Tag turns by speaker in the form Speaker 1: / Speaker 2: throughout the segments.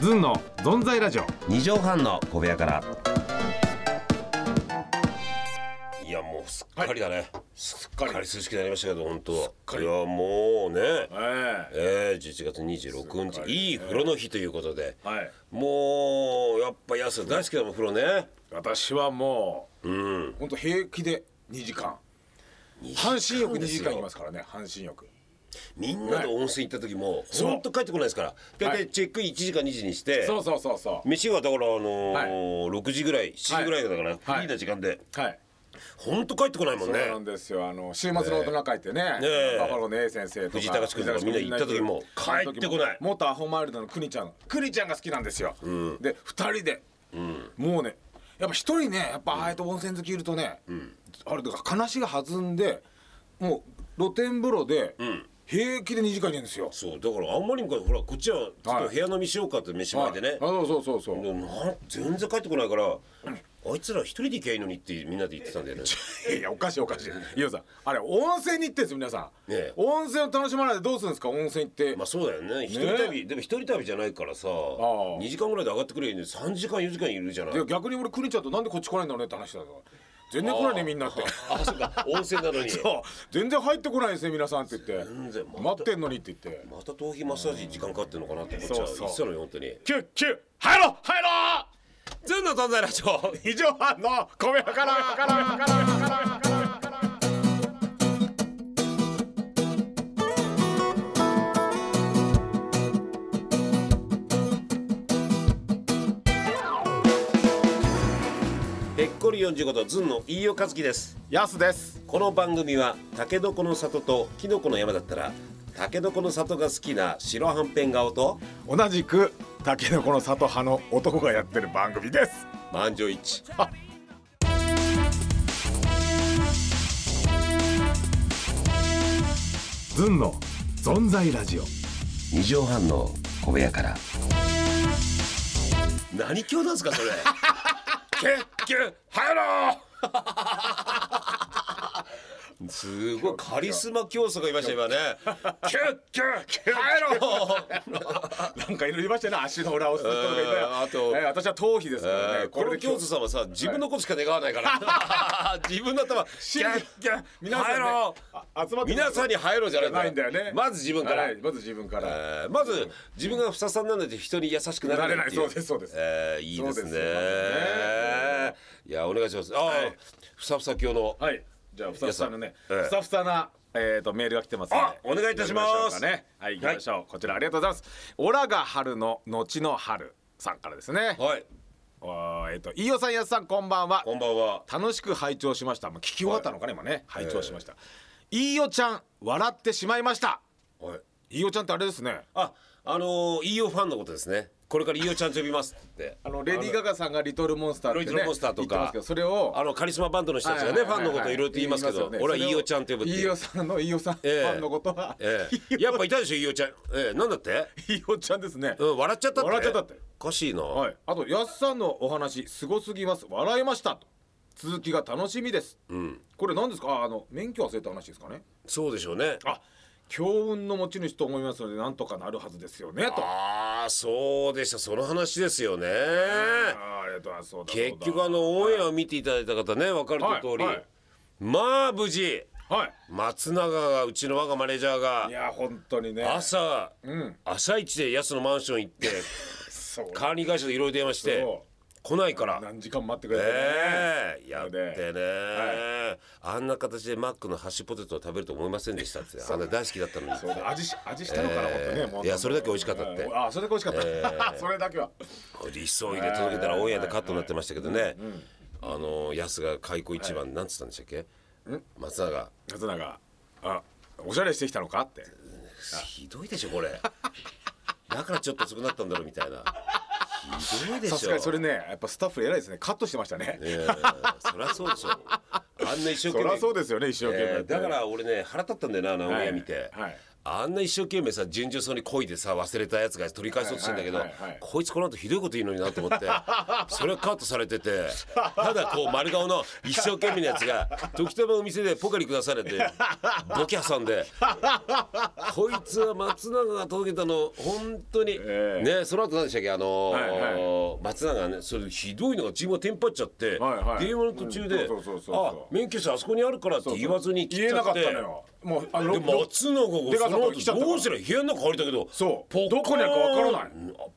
Speaker 1: ずんのぞんざいラジオ
Speaker 2: 二畳半の小部屋から。いやもうすっかりだね。すっかり涼しくなりましたけど本当。いやもうね。
Speaker 1: え
Speaker 2: ええ11月26
Speaker 1: すっか
Speaker 2: 日
Speaker 1: り
Speaker 2: いい風呂の日ということで。
Speaker 1: えはい
Speaker 2: もうやっぱ安田大好きだもん風呂ね。
Speaker 1: 私はも
Speaker 2: うん
Speaker 1: う。本当平気で2時間半身浴2時間いますからね半身浴
Speaker 2: みんなで温泉行った時も
Speaker 1: そう
Speaker 2: 本当帰ってこないですから。大
Speaker 1: は
Speaker 2: 体
Speaker 1: い
Speaker 2: チェックイン1時間2時にして。
Speaker 1: そうそうそうそ
Speaker 2: 飯はだからあのー6時ぐらい7時ぐらいだからフリ
Speaker 1: はい
Speaker 2: ーな時間で
Speaker 1: うはい
Speaker 2: 本当帰ってこないも
Speaker 1: そ
Speaker 2: ん
Speaker 1: う
Speaker 2: ね
Speaker 1: なんですよあの週末の大人会ってね
Speaker 2: ねえ
Speaker 1: バファローの A 先生とか
Speaker 2: 藤井隆君とかみんな行った時も帰ってこない
Speaker 1: 元アホマイルドのクニちゃんクニちゃんが好きなんですよで2人でもうねやっぱ一人ねやっぱああやって温泉好きいるとねあれだから話が弾んでもう露天風呂で平気で2時間いるんですよ
Speaker 2: そうだからあんまりにもほらこっちはちょっと部屋飲みしようかって飯前でね、
Speaker 1: あそうそうそうそう
Speaker 2: でもな全然帰ってこないから、あいつら一人で行きゃいいのにってみんなで言ってたんだよね
Speaker 1: いやいやおかしいおかしい伊代さんあれ温泉に行ってんですよ皆さん、
Speaker 2: ねえ
Speaker 1: 温泉を楽しまないでどうするんですか温泉行って、
Speaker 2: まあそうだよね一人旅、でも一人旅じゃないからさ2時間ぐらいで上がってくれるのに3時間4時間いるじゃない
Speaker 1: で逆に俺クニちゃんとなんでこっち来ないんだろうねって話だと全然来ないねみんなって
Speaker 2: あそうか温泉なのに
Speaker 1: そう全然入ってこないですね皆さんって言って
Speaker 2: 全然また
Speaker 1: 待ってんのにって言って
Speaker 2: また頭皮マッサージ時間かかってんのかなって思っちゃう
Speaker 1: そうそう
Speaker 2: 言ってたのよ本当に
Speaker 1: キュッキュッ入ろう入ろ
Speaker 2: 「ずんの存在ラジオ」
Speaker 1: う以上半の小部屋から
Speaker 2: ぺっこり45度ずんの飯尾和樹です
Speaker 1: ヤスです
Speaker 2: この番組はタケノコの里とキノコの山だったらタケノコの里が好きな白はんぺん顔と
Speaker 1: 同じくタケノコの里派の男がやってる番組です
Speaker 2: 満場一致
Speaker 1: ズンの存在ラジオ
Speaker 2: 二畳半の小部屋から何教なんで すかそれ結局入ろうすごいカリスマ教祖がいまし た今ねキュッキュッキュッ入ろう
Speaker 1: なんかいろいろいましたね足の裏をすったのがいたよ
Speaker 2: えーあと
Speaker 1: えー私は頭皮ですから
Speaker 2: え
Speaker 1: ね
Speaker 2: ーこの教祖さんはさ自分のことしか願わないから 自分の頭キャッキャッ
Speaker 1: 皆さんね
Speaker 2: 入ろう
Speaker 1: あ集まって
Speaker 2: 皆さんに入ろうじゃないんだ
Speaker 1: ない
Speaker 2: よ
Speaker 1: んだよね
Speaker 2: まず自分から、
Speaker 1: はいまず自分から、
Speaker 2: えーまず自分がふささんなので人に優しくなれないっていう
Speaker 1: なれないそうですそうです
Speaker 2: えーいいで
Speaker 1: そ
Speaker 2: す
Speaker 1: う
Speaker 2: ね
Speaker 1: ですよね
Speaker 2: いやお願いしますあー、
Speaker 1: はい
Speaker 2: ふさふさ教の
Speaker 1: はいじゃあふさふさのね
Speaker 2: 皆さんええ
Speaker 1: ふさふさなえーとメールが来てますので
Speaker 2: あお願いいたします
Speaker 1: 読みょうかねはい行きましょう、こちらありがとうございますオラが春の後の春さんからですね
Speaker 2: はい
Speaker 1: おーえっ、と飯尾さんやすさんこんばんは
Speaker 2: こんばんは
Speaker 1: 楽しく拝聴しましたもう聞き終わったのかね今ね拝聴しました、飯尾ちゃん笑ってしまいました
Speaker 2: はい
Speaker 1: 飯尾ちゃんってあれですね
Speaker 2: ああのー、飯尾ファンのことですねこれから飯尾ちゃんと呼びますって
Speaker 1: あのレディー・ガガさんが「リトル・モンスター」って
Speaker 2: ロイド
Speaker 1: ね
Speaker 2: ルモンスターと
Speaker 1: 言
Speaker 2: か
Speaker 1: ってますけどそれを
Speaker 2: あのカリスマバンドの人たちがね、
Speaker 1: はいはいはい
Speaker 2: ファンのこといろいろと言いますけど
Speaker 1: よね
Speaker 2: 俺は飯尾ちゃんと呼ぶって
Speaker 1: そ
Speaker 2: い
Speaker 1: れを飯
Speaker 2: う
Speaker 1: 尾さんの飯尾さんフ
Speaker 2: ええ
Speaker 1: ァンのことは
Speaker 2: ええ
Speaker 1: 飯
Speaker 2: やっぱいたでしょ飯尾ちゃん、ええ、なんだって、
Speaker 1: 尾ちゃんですね
Speaker 2: うん、笑っちゃったって
Speaker 1: 笑っちゃったって
Speaker 2: おかしいな、
Speaker 1: はいあとやすさんのお話すごすぎます笑いましたと続きが楽しみです
Speaker 2: うん、
Speaker 1: これ何ですかああの免許忘れた話ですかね
Speaker 2: そうでしょうね
Speaker 1: あ強運の持ち主と思いますのでなんとかなるはずですよねと
Speaker 2: ああそうでしたその話ですよね
Speaker 1: ありがとうございますそうだそうだ
Speaker 2: 結局あのオンエアを見ていただいた方ね分かる通
Speaker 1: は
Speaker 2: り、
Speaker 1: いはい
Speaker 2: まあ無事
Speaker 1: はい
Speaker 2: 松永がうちの我がマネージャーが
Speaker 1: いや本当にね
Speaker 2: 朝、
Speaker 1: うん
Speaker 2: 朝一でやすのマンション行って
Speaker 1: そう
Speaker 2: 管理会社でいろいろ電話して
Speaker 1: そ
Speaker 2: 来ないから
Speaker 1: う何時間待ってくれてね
Speaker 2: ええやって
Speaker 1: ので
Speaker 2: ね、あんな形でマックのハッシュポテトを食べると思いませんでしたってあんな大好きだったのに
Speaker 1: そうだ味し味したのかな、
Speaker 2: えー
Speaker 1: 本当ねもう
Speaker 2: いやそれだけ美味しかったって
Speaker 1: うんあそれだけ美味しかった、 それだけは
Speaker 2: 理想入れ届けたらオンエアでカットになってましたけどね、あの安が開口一番、なんつったんでしたっけ松永
Speaker 1: 松永あおしゃれしてきたのかって
Speaker 2: ひどいでしょこれだからちょっと遅くなったんだろうみた いなひどいでしょ
Speaker 1: さすがにそれねやっぱスタッフ偉いですねカットしてましたね
Speaker 2: ええそりゃそうでしょあんな一生
Speaker 1: そ
Speaker 2: 懸
Speaker 1: りゃ
Speaker 2: 命
Speaker 1: そうですよね一生懸命や
Speaker 2: え
Speaker 1: っ
Speaker 2: え
Speaker 1: て、
Speaker 2: だから俺ね腹立ったんだよなあのオンエア見て、
Speaker 1: はいはい
Speaker 2: あんな一生懸命さ順調そうにこいでさ忘れたやつが取り返そうとしてんだけど、
Speaker 1: はいはいはいはい
Speaker 2: こいつこの後ひどいこと言うのになと 思ってそれはカットされててただこう丸顔の一生懸命なやつが時たまお店でポカリくださ れてボケ挟んでこいつは松永が届けたの本当に、
Speaker 1: ええ
Speaker 2: ねその後何でしたっけあの
Speaker 1: は
Speaker 2: ー
Speaker 1: い
Speaker 2: 松永がねそれひどいのが自分がテンパっちゃっ
Speaker 1: はい
Speaker 2: て、
Speaker 1: はい
Speaker 2: 電話の途中で
Speaker 1: うんそうそうそう
Speaker 2: 「
Speaker 1: そう
Speaker 2: あ免許証あそこにあるから」って言わずに切
Speaker 1: 言
Speaker 2: っ
Speaker 1: え
Speaker 2: ちゃ
Speaker 1: なか
Speaker 2: っ
Speaker 1: った
Speaker 2: て。
Speaker 1: のよもうあの
Speaker 2: で
Speaker 1: ろ
Speaker 2: 松永
Speaker 1: 出川
Speaker 2: がそ
Speaker 1: さん
Speaker 2: の
Speaker 1: と来ちゃったか
Speaker 2: 後
Speaker 1: ら
Speaker 2: どうしたら部屋の中入ったけど
Speaker 1: そう
Speaker 2: ポッ
Speaker 1: どこにあるかわからない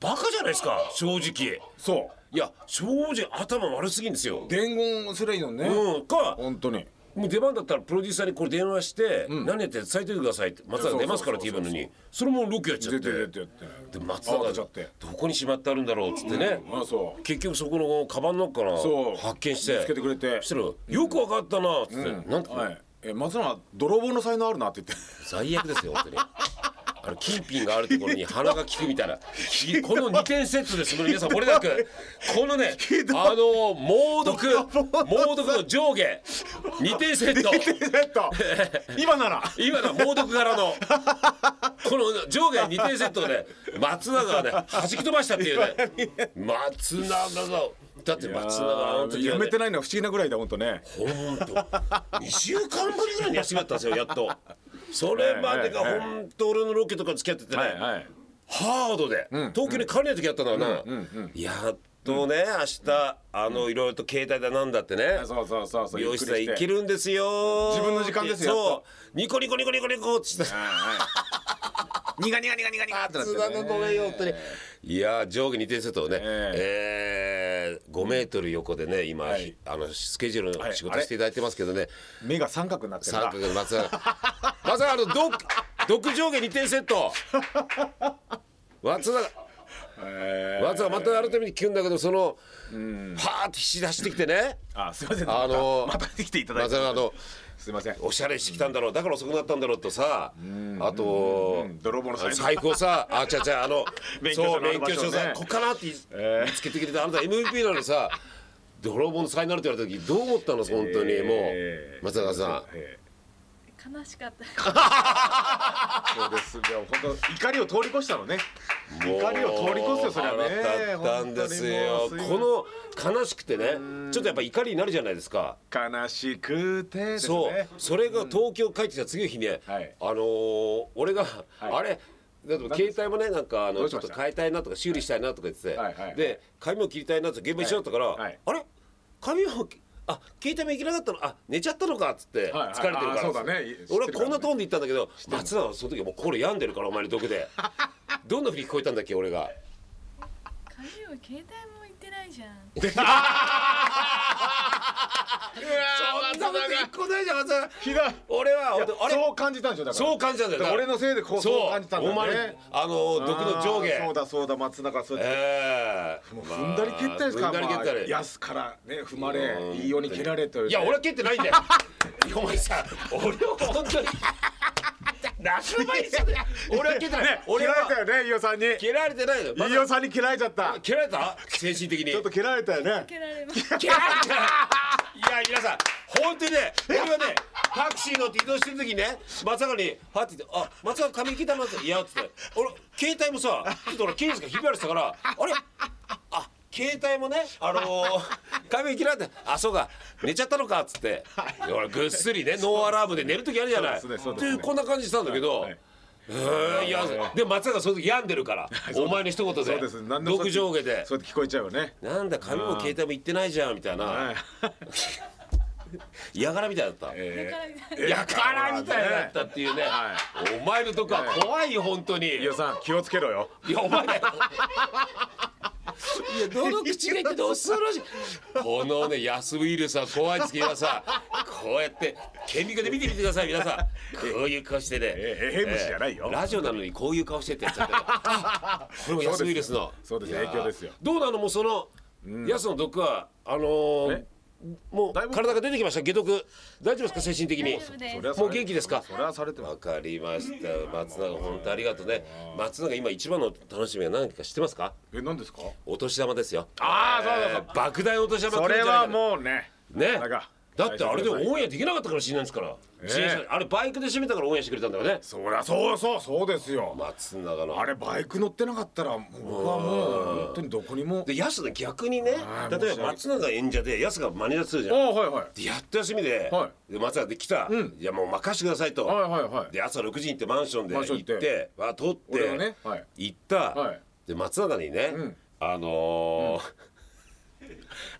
Speaker 2: バカじゃないですか正直
Speaker 1: そ
Speaker 2: いや正直頭悪すぎんですよ
Speaker 1: う伝言すればいいのにね、
Speaker 2: うんか
Speaker 1: 本当に
Speaker 2: もう出番だったらプロデューサーにこれ電話して「何やって伝えておいてください」って「松永出ますから」って言うのにそれもロケやっちゃっ
Speaker 1: 出
Speaker 2: て
Speaker 1: て出
Speaker 2: で
Speaker 1: てって
Speaker 2: 松
Speaker 1: 慌
Speaker 2: 永
Speaker 1: てちゃ
Speaker 2: ど
Speaker 1: って
Speaker 2: こにしまってあるんだろうっつってね
Speaker 1: あそう
Speaker 2: 結局そこのカバンの中から
Speaker 1: そう
Speaker 2: 発見して
Speaker 1: 見つけてくれて
Speaker 2: そしたら「よくわかったな」っつって「なんと
Speaker 1: はい、え松永泥棒の才能あるなって言って
Speaker 2: 最悪ですよ本当に。あの金品があるところに鼻が効くみたいなひこの2点セットです皆さんこれなくこのねあの猛毒猛毒の上下2点セット
Speaker 1: えっと今なら
Speaker 2: 今のは猛毒柄のこの上下2点セットで松永がね弾き飛ばしたっていうね松永がだって松永はあの時は
Speaker 1: や
Speaker 2: ね
Speaker 1: めてないのは不思議なぐらいだ本当ね
Speaker 2: ほんと2週間ぶりぐらいに休みだったんですよやっとそれまでが
Speaker 1: はいはいはい
Speaker 2: 本当俺のロケとか付き合っててね、
Speaker 1: はい
Speaker 2: ハードで、東京に帰れない時やったんだからな、やっとね明日、あのいろいろと携帯だなんだってね、
Speaker 1: そうそうそうそう
Speaker 2: 美容師さん
Speaker 1: ゆっ
Speaker 2: 生
Speaker 1: くりして
Speaker 2: きるんですよ
Speaker 1: 自分の時間ですよやっ
Speaker 2: そうニコニコニコニコニコっつって
Speaker 1: はいニガニガニガニガニガってなって
Speaker 2: 津田のごめんよ本当にいやー上下2点セットをね、えー5メートル横でね今、
Speaker 1: はい
Speaker 2: あのスケジュール
Speaker 1: は
Speaker 2: の
Speaker 1: い
Speaker 2: 仕事していただいてますけどね、
Speaker 1: 目が三角になってる
Speaker 2: 三
Speaker 1: な
Speaker 2: 角の松永松永あの毒毒上下2点セット松永
Speaker 1: えー
Speaker 2: 松永また改めて聞くんだけどそのパーってし出してきてね
Speaker 1: あすいません
Speaker 2: あのー
Speaker 1: またまた来ていただい
Speaker 2: 松
Speaker 1: て
Speaker 2: 永の
Speaker 1: すいません
Speaker 2: おしゃれしてきたんだろうだから遅くなったんだろうとさあと
Speaker 1: うん泥棒の財布
Speaker 2: 財布をさあちゃちゃあの
Speaker 1: 免許証
Speaker 2: そう
Speaker 1: のある
Speaker 2: 免
Speaker 1: 場所
Speaker 2: 許
Speaker 1: ね
Speaker 2: 証さこっかなって見つけてくれたあなた MVP なのにさ泥棒の才能あるって言われた時どう思ったの本当にも
Speaker 1: え
Speaker 2: う松永さん
Speaker 1: えー
Speaker 3: 悲しかった
Speaker 1: そうですよ本当怒りを通り越したのね
Speaker 2: もう
Speaker 1: 怒りを通り越すよそれはね
Speaker 2: 腹立ったんですよ
Speaker 1: 本当にもう
Speaker 2: この悲しくてねちょっとやっぱ怒りになるじゃないですか
Speaker 1: 悲しくてです
Speaker 2: そう
Speaker 1: ね
Speaker 2: それが東京帰ってきた次の日ね
Speaker 1: はい
Speaker 2: あのー俺が
Speaker 1: はい
Speaker 2: あれだって携帯もねなんかあ
Speaker 1: ど
Speaker 2: の
Speaker 1: う
Speaker 2: ち
Speaker 1: し
Speaker 2: ょ
Speaker 1: ま
Speaker 2: っと
Speaker 1: した
Speaker 2: 変えたいなとか修理したいなとか言って
Speaker 1: はいはいはい
Speaker 2: てで髪を切りたいなって現場一緒だったか
Speaker 1: はいは
Speaker 2: ら
Speaker 1: い
Speaker 2: あれ髪をあ携帯もいけなかったのあ寝ちゃったのかっつって
Speaker 1: はいはい
Speaker 2: 疲れてるから
Speaker 1: あそうだね知ってるからね
Speaker 2: 俺はこんなトーンで言ったんだけど松永はその時はもう心病んでるからお前の毒 でどんなふうに聞こえたんだっけ俺が。
Speaker 3: 髪は携帯もいってないじゃん
Speaker 2: そんなこと一個ないじゃん松永
Speaker 1: ひどい
Speaker 2: 俺は本当あれ
Speaker 1: そう感じたんでしょだから
Speaker 2: そう感じたんだよ
Speaker 1: だから俺のせいでこうそう感じたんだ
Speaker 2: お
Speaker 1: よ
Speaker 2: 前
Speaker 1: ね
Speaker 2: のあの毒の上
Speaker 1: あーそう
Speaker 2: 下
Speaker 1: だそうだ松永そうだ
Speaker 2: ええ
Speaker 1: もう踏んだり蹴ったりですか
Speaker 2: 踏んだり蹴ったり
Speaker 1: まあ安からね踏まれいいように蹴られという
Speaker 2: いや俺は蹴ってない んだよいやお前さ俺は本当に仲間にさ俺は蹴ってない、
Speaker 1: ね蹴
Speaker 2: 俺
Speaker 1: ら
Speaker 2: は
Speaker 1: れたよね飯尾さんに
Speaker 2: 蹴られてないのよまだ
Speaker 1: 飯尾さんに蹴られちゃった
Speaker 2: 蹴られた精神的に
Speaker 1: ちょっと蹴られたよね
Speaker 3: 受けられます
Speaker 2: いや皆さん本当にね俺はねタクシー乗って移動してる時にね松坂に「はって言って「あ松坂髪切ったの?」って「いや」っつって俺携帯もさちょっと俺刑事がひび割れてたから「あれあ携帯もねあのー、髪切られて「あそうか寝ちゃったのか」っつって俺ぐっすりねノーアラームで寝る時あるじゃない。
Speaker 1: そうですねそう
Speaker 2: っ
Speaker 1: で
Speaker 2: て
Speaker 1: すね
Speaker 2: いうこんな感じしたんだけど。
Speaker 1: はい
Speaker 2: えーいやで松坂その時病んでる からお前の一言
Speaker 1: そう
Speaker 2: で
Speaker 1: です何でもそう
Speaker 2: 毒上下で
Speaker 1: そうやって聞こえちゃうよね
Speaker 2: なんだ髪も携帯も言ってないじゃんみたい
Speaker 1: は
Speaker 2: ない嫌がらみたいだった
Speaker 3: だ
Speaker 1: え
Speaker 3: からみたいな
Speaker 2: やからみたいだったっていうね
Speaker 1: は
Speaker 2: お前のとこは怖いよ本当に
Speaker 1: ー飯尾さん気をつけろよ
Speaker 2: いやお前だよいやどの口が言ってて恐ろしいこのね安ウイルスは怖いですけど今さこうやって顕微鏡で見てみてください皆さんこういう顔してね
Speaker 1: ええええ虫じゃないよ
Speaker 2: ええラジオなのにこういう顔してってやっちゃったから あこれも安ウイルスの
Speaker 1: そうですよ
Speaker 2: いやー
Speaker 1: 影響ですよ
Speaker 2: どうなのもうその安の毒はあのー
Speaker 1: ね
Speaker 2: もう
Speaker 1: だいぶ
Speaker 2: 体が出てきました解毒大丈夫ですか精神的に
Speaker 3: 大丈夫です
Speaker 1: そりゃ
Speaker 2: もう元気ですか
Speaker 1: それはされてます
Speaker 2: わかりました松永本当ありがとうね松永今一番の楽しみは何か知ってますか
Speaker 1: え何ですか
Speaker 2: お年玉ですよ
Speaker 1: あーそうそうそう
Speaker 2: 莫大なお年玉
Speaker 1: そ
Speaker 2: 来る
Speaker 1: れ
Speaker 2: んじゃない
Speaker 1: は
Speaker 2: かな
Speaker 1: もうね
Speaker 2: ね
Speaker 1: なんか
Speaker 2: だってあれでオンエアできなかったかもしれないですから、
Speaker 1: ええ
Speaker 2: 自転車あれバイクで締めたからオンエアしてくれたんだからね
Speaker 1: そりゃそうそうそうですよ
Speaker 2: 松永の
Speaker 1: あれバイク乗ってなかったらもう僕はもう本当にどこにも
Speaker 2: でヤスね逆にね
Speaker 1: はい
Speaker 2: 例え
Speaker 1: 申し訳な
Speaker 2: ば
Speaker 1: い
Speaker 2: 松永演者でヤスがマネージャーするじ
Speaker 1: あ
Speaker 2: ゃん
Speaker 1: あはいはい
Speaker 2: でやっと休みで,、
Speaker 1: は
Speaker 2: で松永で来た、
Speaker 1: うん
Speaker 2: いやもう任してくださいと、
Speaker 1: はいはいはい
Speaker 2: で朝6時に行ってマンションで
Speaker 1: マンション
Speaker 2: 行っ
Speaker 1: 行って
Speaker 2: てわあ撮って、
Speaker 1: 俺がねはい
Speaker 2: 行った、
Speaker 1: はい
Speaker 2: で松永にね、
Speaker 1: うん
Speaker 2: あのー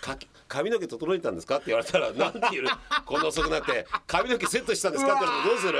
Speaker 2: か髪の毛整えたんですかって言われたらなんて言うこんな遅くなって髪の毛セットしたんですかって言われたらどう する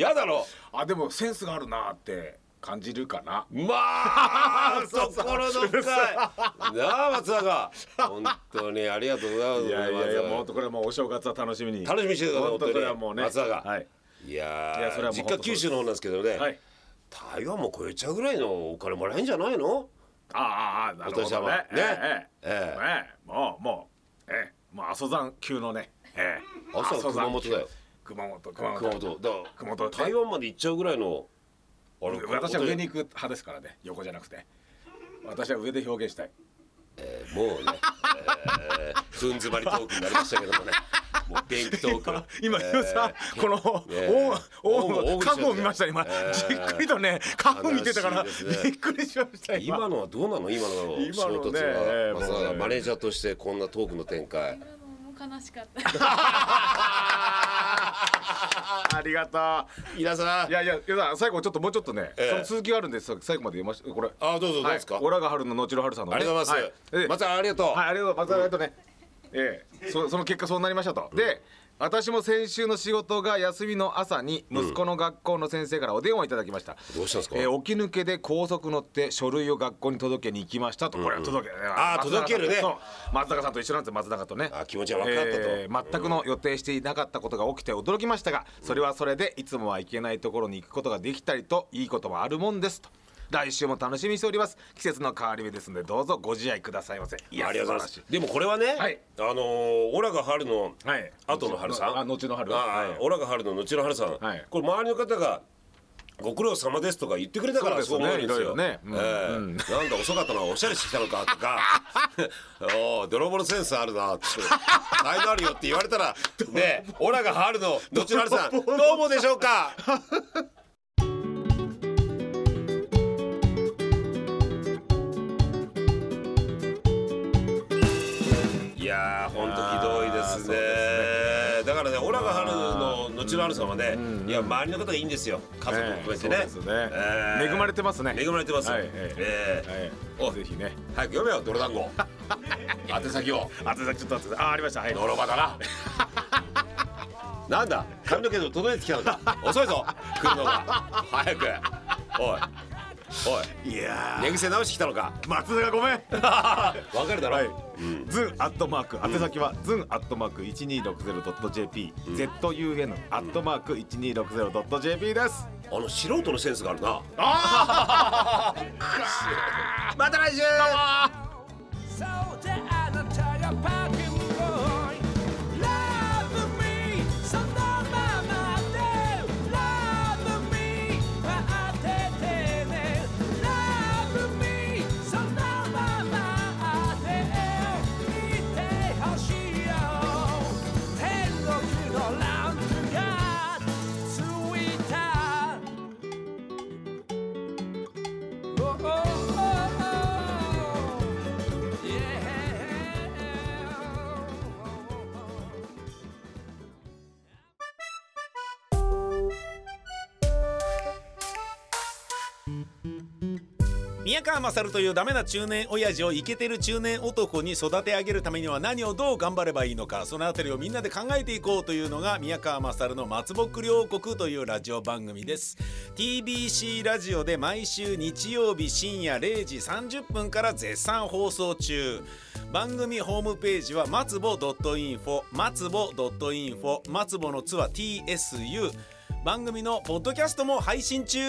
Speaker 2: やだろ
Speaker 1: あでもセンスがあるなーって感じるかな
Speaker 2: ま あところどっかいなあ松永本当にありがとうございます
Speaker 1: いやいやいや
Speaker 2: 松永
Speaker 1: もうこれはもうお正月は楽しみに
Speaker 2: 楽しみにしてください
Speaker 1: 本当
Speaker 2: 本当に
Speaker 1: これはもうね
Speaker 2: 松坂
Speaker 1: はい
Speaker 2: いやー
Speaker 1: いやそれはもう
Speaker 2: 実
Speaker 1: 本
Speaker 2: 家
Speaker 1: 当
Speaker 2: 九州の方なんですけどね、
Speaker 1: はい
Speaker 2: 台湾も超えちゃうぐらいのお金もらえんじゃないの
Speaker 1: ああああなるほ
Speaker 2: お年
Speaker 1: ど
Speaker 2: 玉
Speaker 1: ね
Speaker 2: ね
Speaker 1: えええ
Speaker 2: え
Speaker 1: えええもうもうええもう阿蘇山級のねええ
Speaker 2: 阿蘇は
Speaker 1: 阿蘇山級
Speaker 2: 熊本だよ
Speaker 1: 熊本熊
Speaker 2: 熊
Speaker 1: 本
Speaker 2: 本だから
Speaker 1: 熊本
Speaker 2: 台湾まで行っちゃうぐらいのあれ
Speaker 1: 私は上に行く派ですからね横じゃなくて私は上で表現したい
Speaker 2: えーもうね、えー、ふん詰まりトークになりましたけど もねもう電気トーク
Speaker 1: 今
Speaker 2: え
Speaker 1: ヒ
Speaker 2: ー
Speaker 1: ロさんこの
Speaker 2: え
Speaker 1: おおお
Speaker 2: 大口ですよ
Speaker 1: 家具を見ました今
Speaker 2: えー
Speaker 1: じっくりとね家具見てたから
Speaker 2: 悲しいですね
Speaker 1: びっくりしました
Speaker 2: 今のはどうなの今の
Speaker 1: 今
Speaker 2: 衝
Speaker 1: のね
Speaker 2: 突
Speaker 1: えー
Speaker 2: は、まさ
Speaker 1: もう
Speaker 2: か
Speaker 1: ね
Speaker 2: マネージャーとしてこんなトークの展開
Speaker 3: 今のも悲しかった。
Speaker 1: ありがと
Speaker 2: 皆さ
Speaker 1: ういやいや皆さん最後ちょっともうちょっとね
Speaker 2: ええ
Speaker 1: その続きがあるんです最後まで読ましこれ
Speaker 2: あどうぞどう
Speaker 1: はい
Speaker 2: ですか、
Speaker 1: オラが春の後の春さんのね
Speaker 2: ありがとうございま
Speaker 1: は
Speaker 2: す、
Speaker 1: いええ
Speaker 2: またありがとう、
Speaker 1: はい、ありがとうございます。またありがとうね。ええ、そその結果そうなりましたと。で、私も先週の仕事が休みの朝に息子の学校の先生からお電話いただきました。
Speaker 2: どうしたんですか
Speaker 1: えー起き抜けで高速乗って書類を学校に届けに行きましたと、これは届け、
Speaker 2: あ
Speaker 1: 松永
Speaker 2: ー
Speaker 1: さん
Speaker 2: 届けるね
Speaker 1: そう松坂さんと一緒なんですよ松坂とね
Speaker 2: あー気持ちは分かったと
Speaker 1: 全くの予定していなかったことが起きて驚きましたがそれはそれでいつもは行けないところに行くことができたりといいこともあるもんですと来週も楽しみにしております季節の変わり目ですのでどうぞご自愛くださいませい
Speaker 2: ありがとうございま
Speaker 1: 素
Speaker 2: す。でもこれはね、
Speaker 1: はい
Speaker 2: あのーオラが春の
Speaker 1: 晴らしいはい
Speaker 2: 後の春さん、
Speaker 1: あ後の春
Speaker 2: あ
Speaker 1: は
Speaker 2: あ
Speaker 1: い
Speaker 2: オラが春の後の春さん、
Speaker 1: はい
Speaker 2: これ周りの方がご苦労様ですとか言ってくれたからそ
Speaker 1: そうう
Speaker 2: 思
Speaker 1: ですね
Speaker 2: うんです
Speaker 1: いろい
Speaker 2: よ。
Speaker 1: ろねうん
Speaker 2: ええ
Speaker 1: うん
Speaker 2: なんだ遅かったなおしゃれしてきたのかと か、おお泥棒のセンスあるなって。才能あるよって言われたらねオラが春の後の春さんどうもでしょうか。いやーほんとひどいですねだからねオラが春の後の春さんはね、いや周りの方がいいんですよ家族も含めてね,、
Speaker 1: ええそうですね恵まれてますね
Speaker 2: 恵まれてます、
Speaker 1: はい
Speaker 2: ええ
Speaker 1: は
Speaker 2: お
Speaker 1: いぜひね
Speaker 2: 早く読めよ 泥団子宛先を
Speaker 1: あとさちょっと後であありましたはい
Speaker 2: 泥場だななんだ髪の毛でも届いてきたのか遅いぞ来るのが早くおいお
Speaker 1: いや
Speaker 2: い寝癖直してきたのか
Speaker 1: ー松永ごめん
Speaker 2: わかるだろ、
Speaker 1: はい、ズンアットマーク宛先は、ズンアットマーク一二六ゼロドット jp、zun アットマーク一二六ゼロドット jp です。
Speaker 2: あの素人のセンスがあるな
Speaker 1: また来週。
Speaker 4: So the entire parking boy Love me, so no mama do Love me, but I did it Love me, so no mama do Ite hoshio Tengoku no lampu ga Tsuita Oh, oh, oh, oh. Yeah.
Speaker 5: 宮川勝というダメな中年親父をイケてる中年男に育て上げるためには何をどう頑張ればいいのかそのあたりをみんなで考えていこうというのが宮川勝の「松ぼっくり王国」というラジオ番組です TBC ラジオで毎週日曜日深夜0時30分から絶賛放送中番組ホームページは松ぼ .info 松ぼ .info 松ぼのつは TSU 番組のポッドキャストも配信中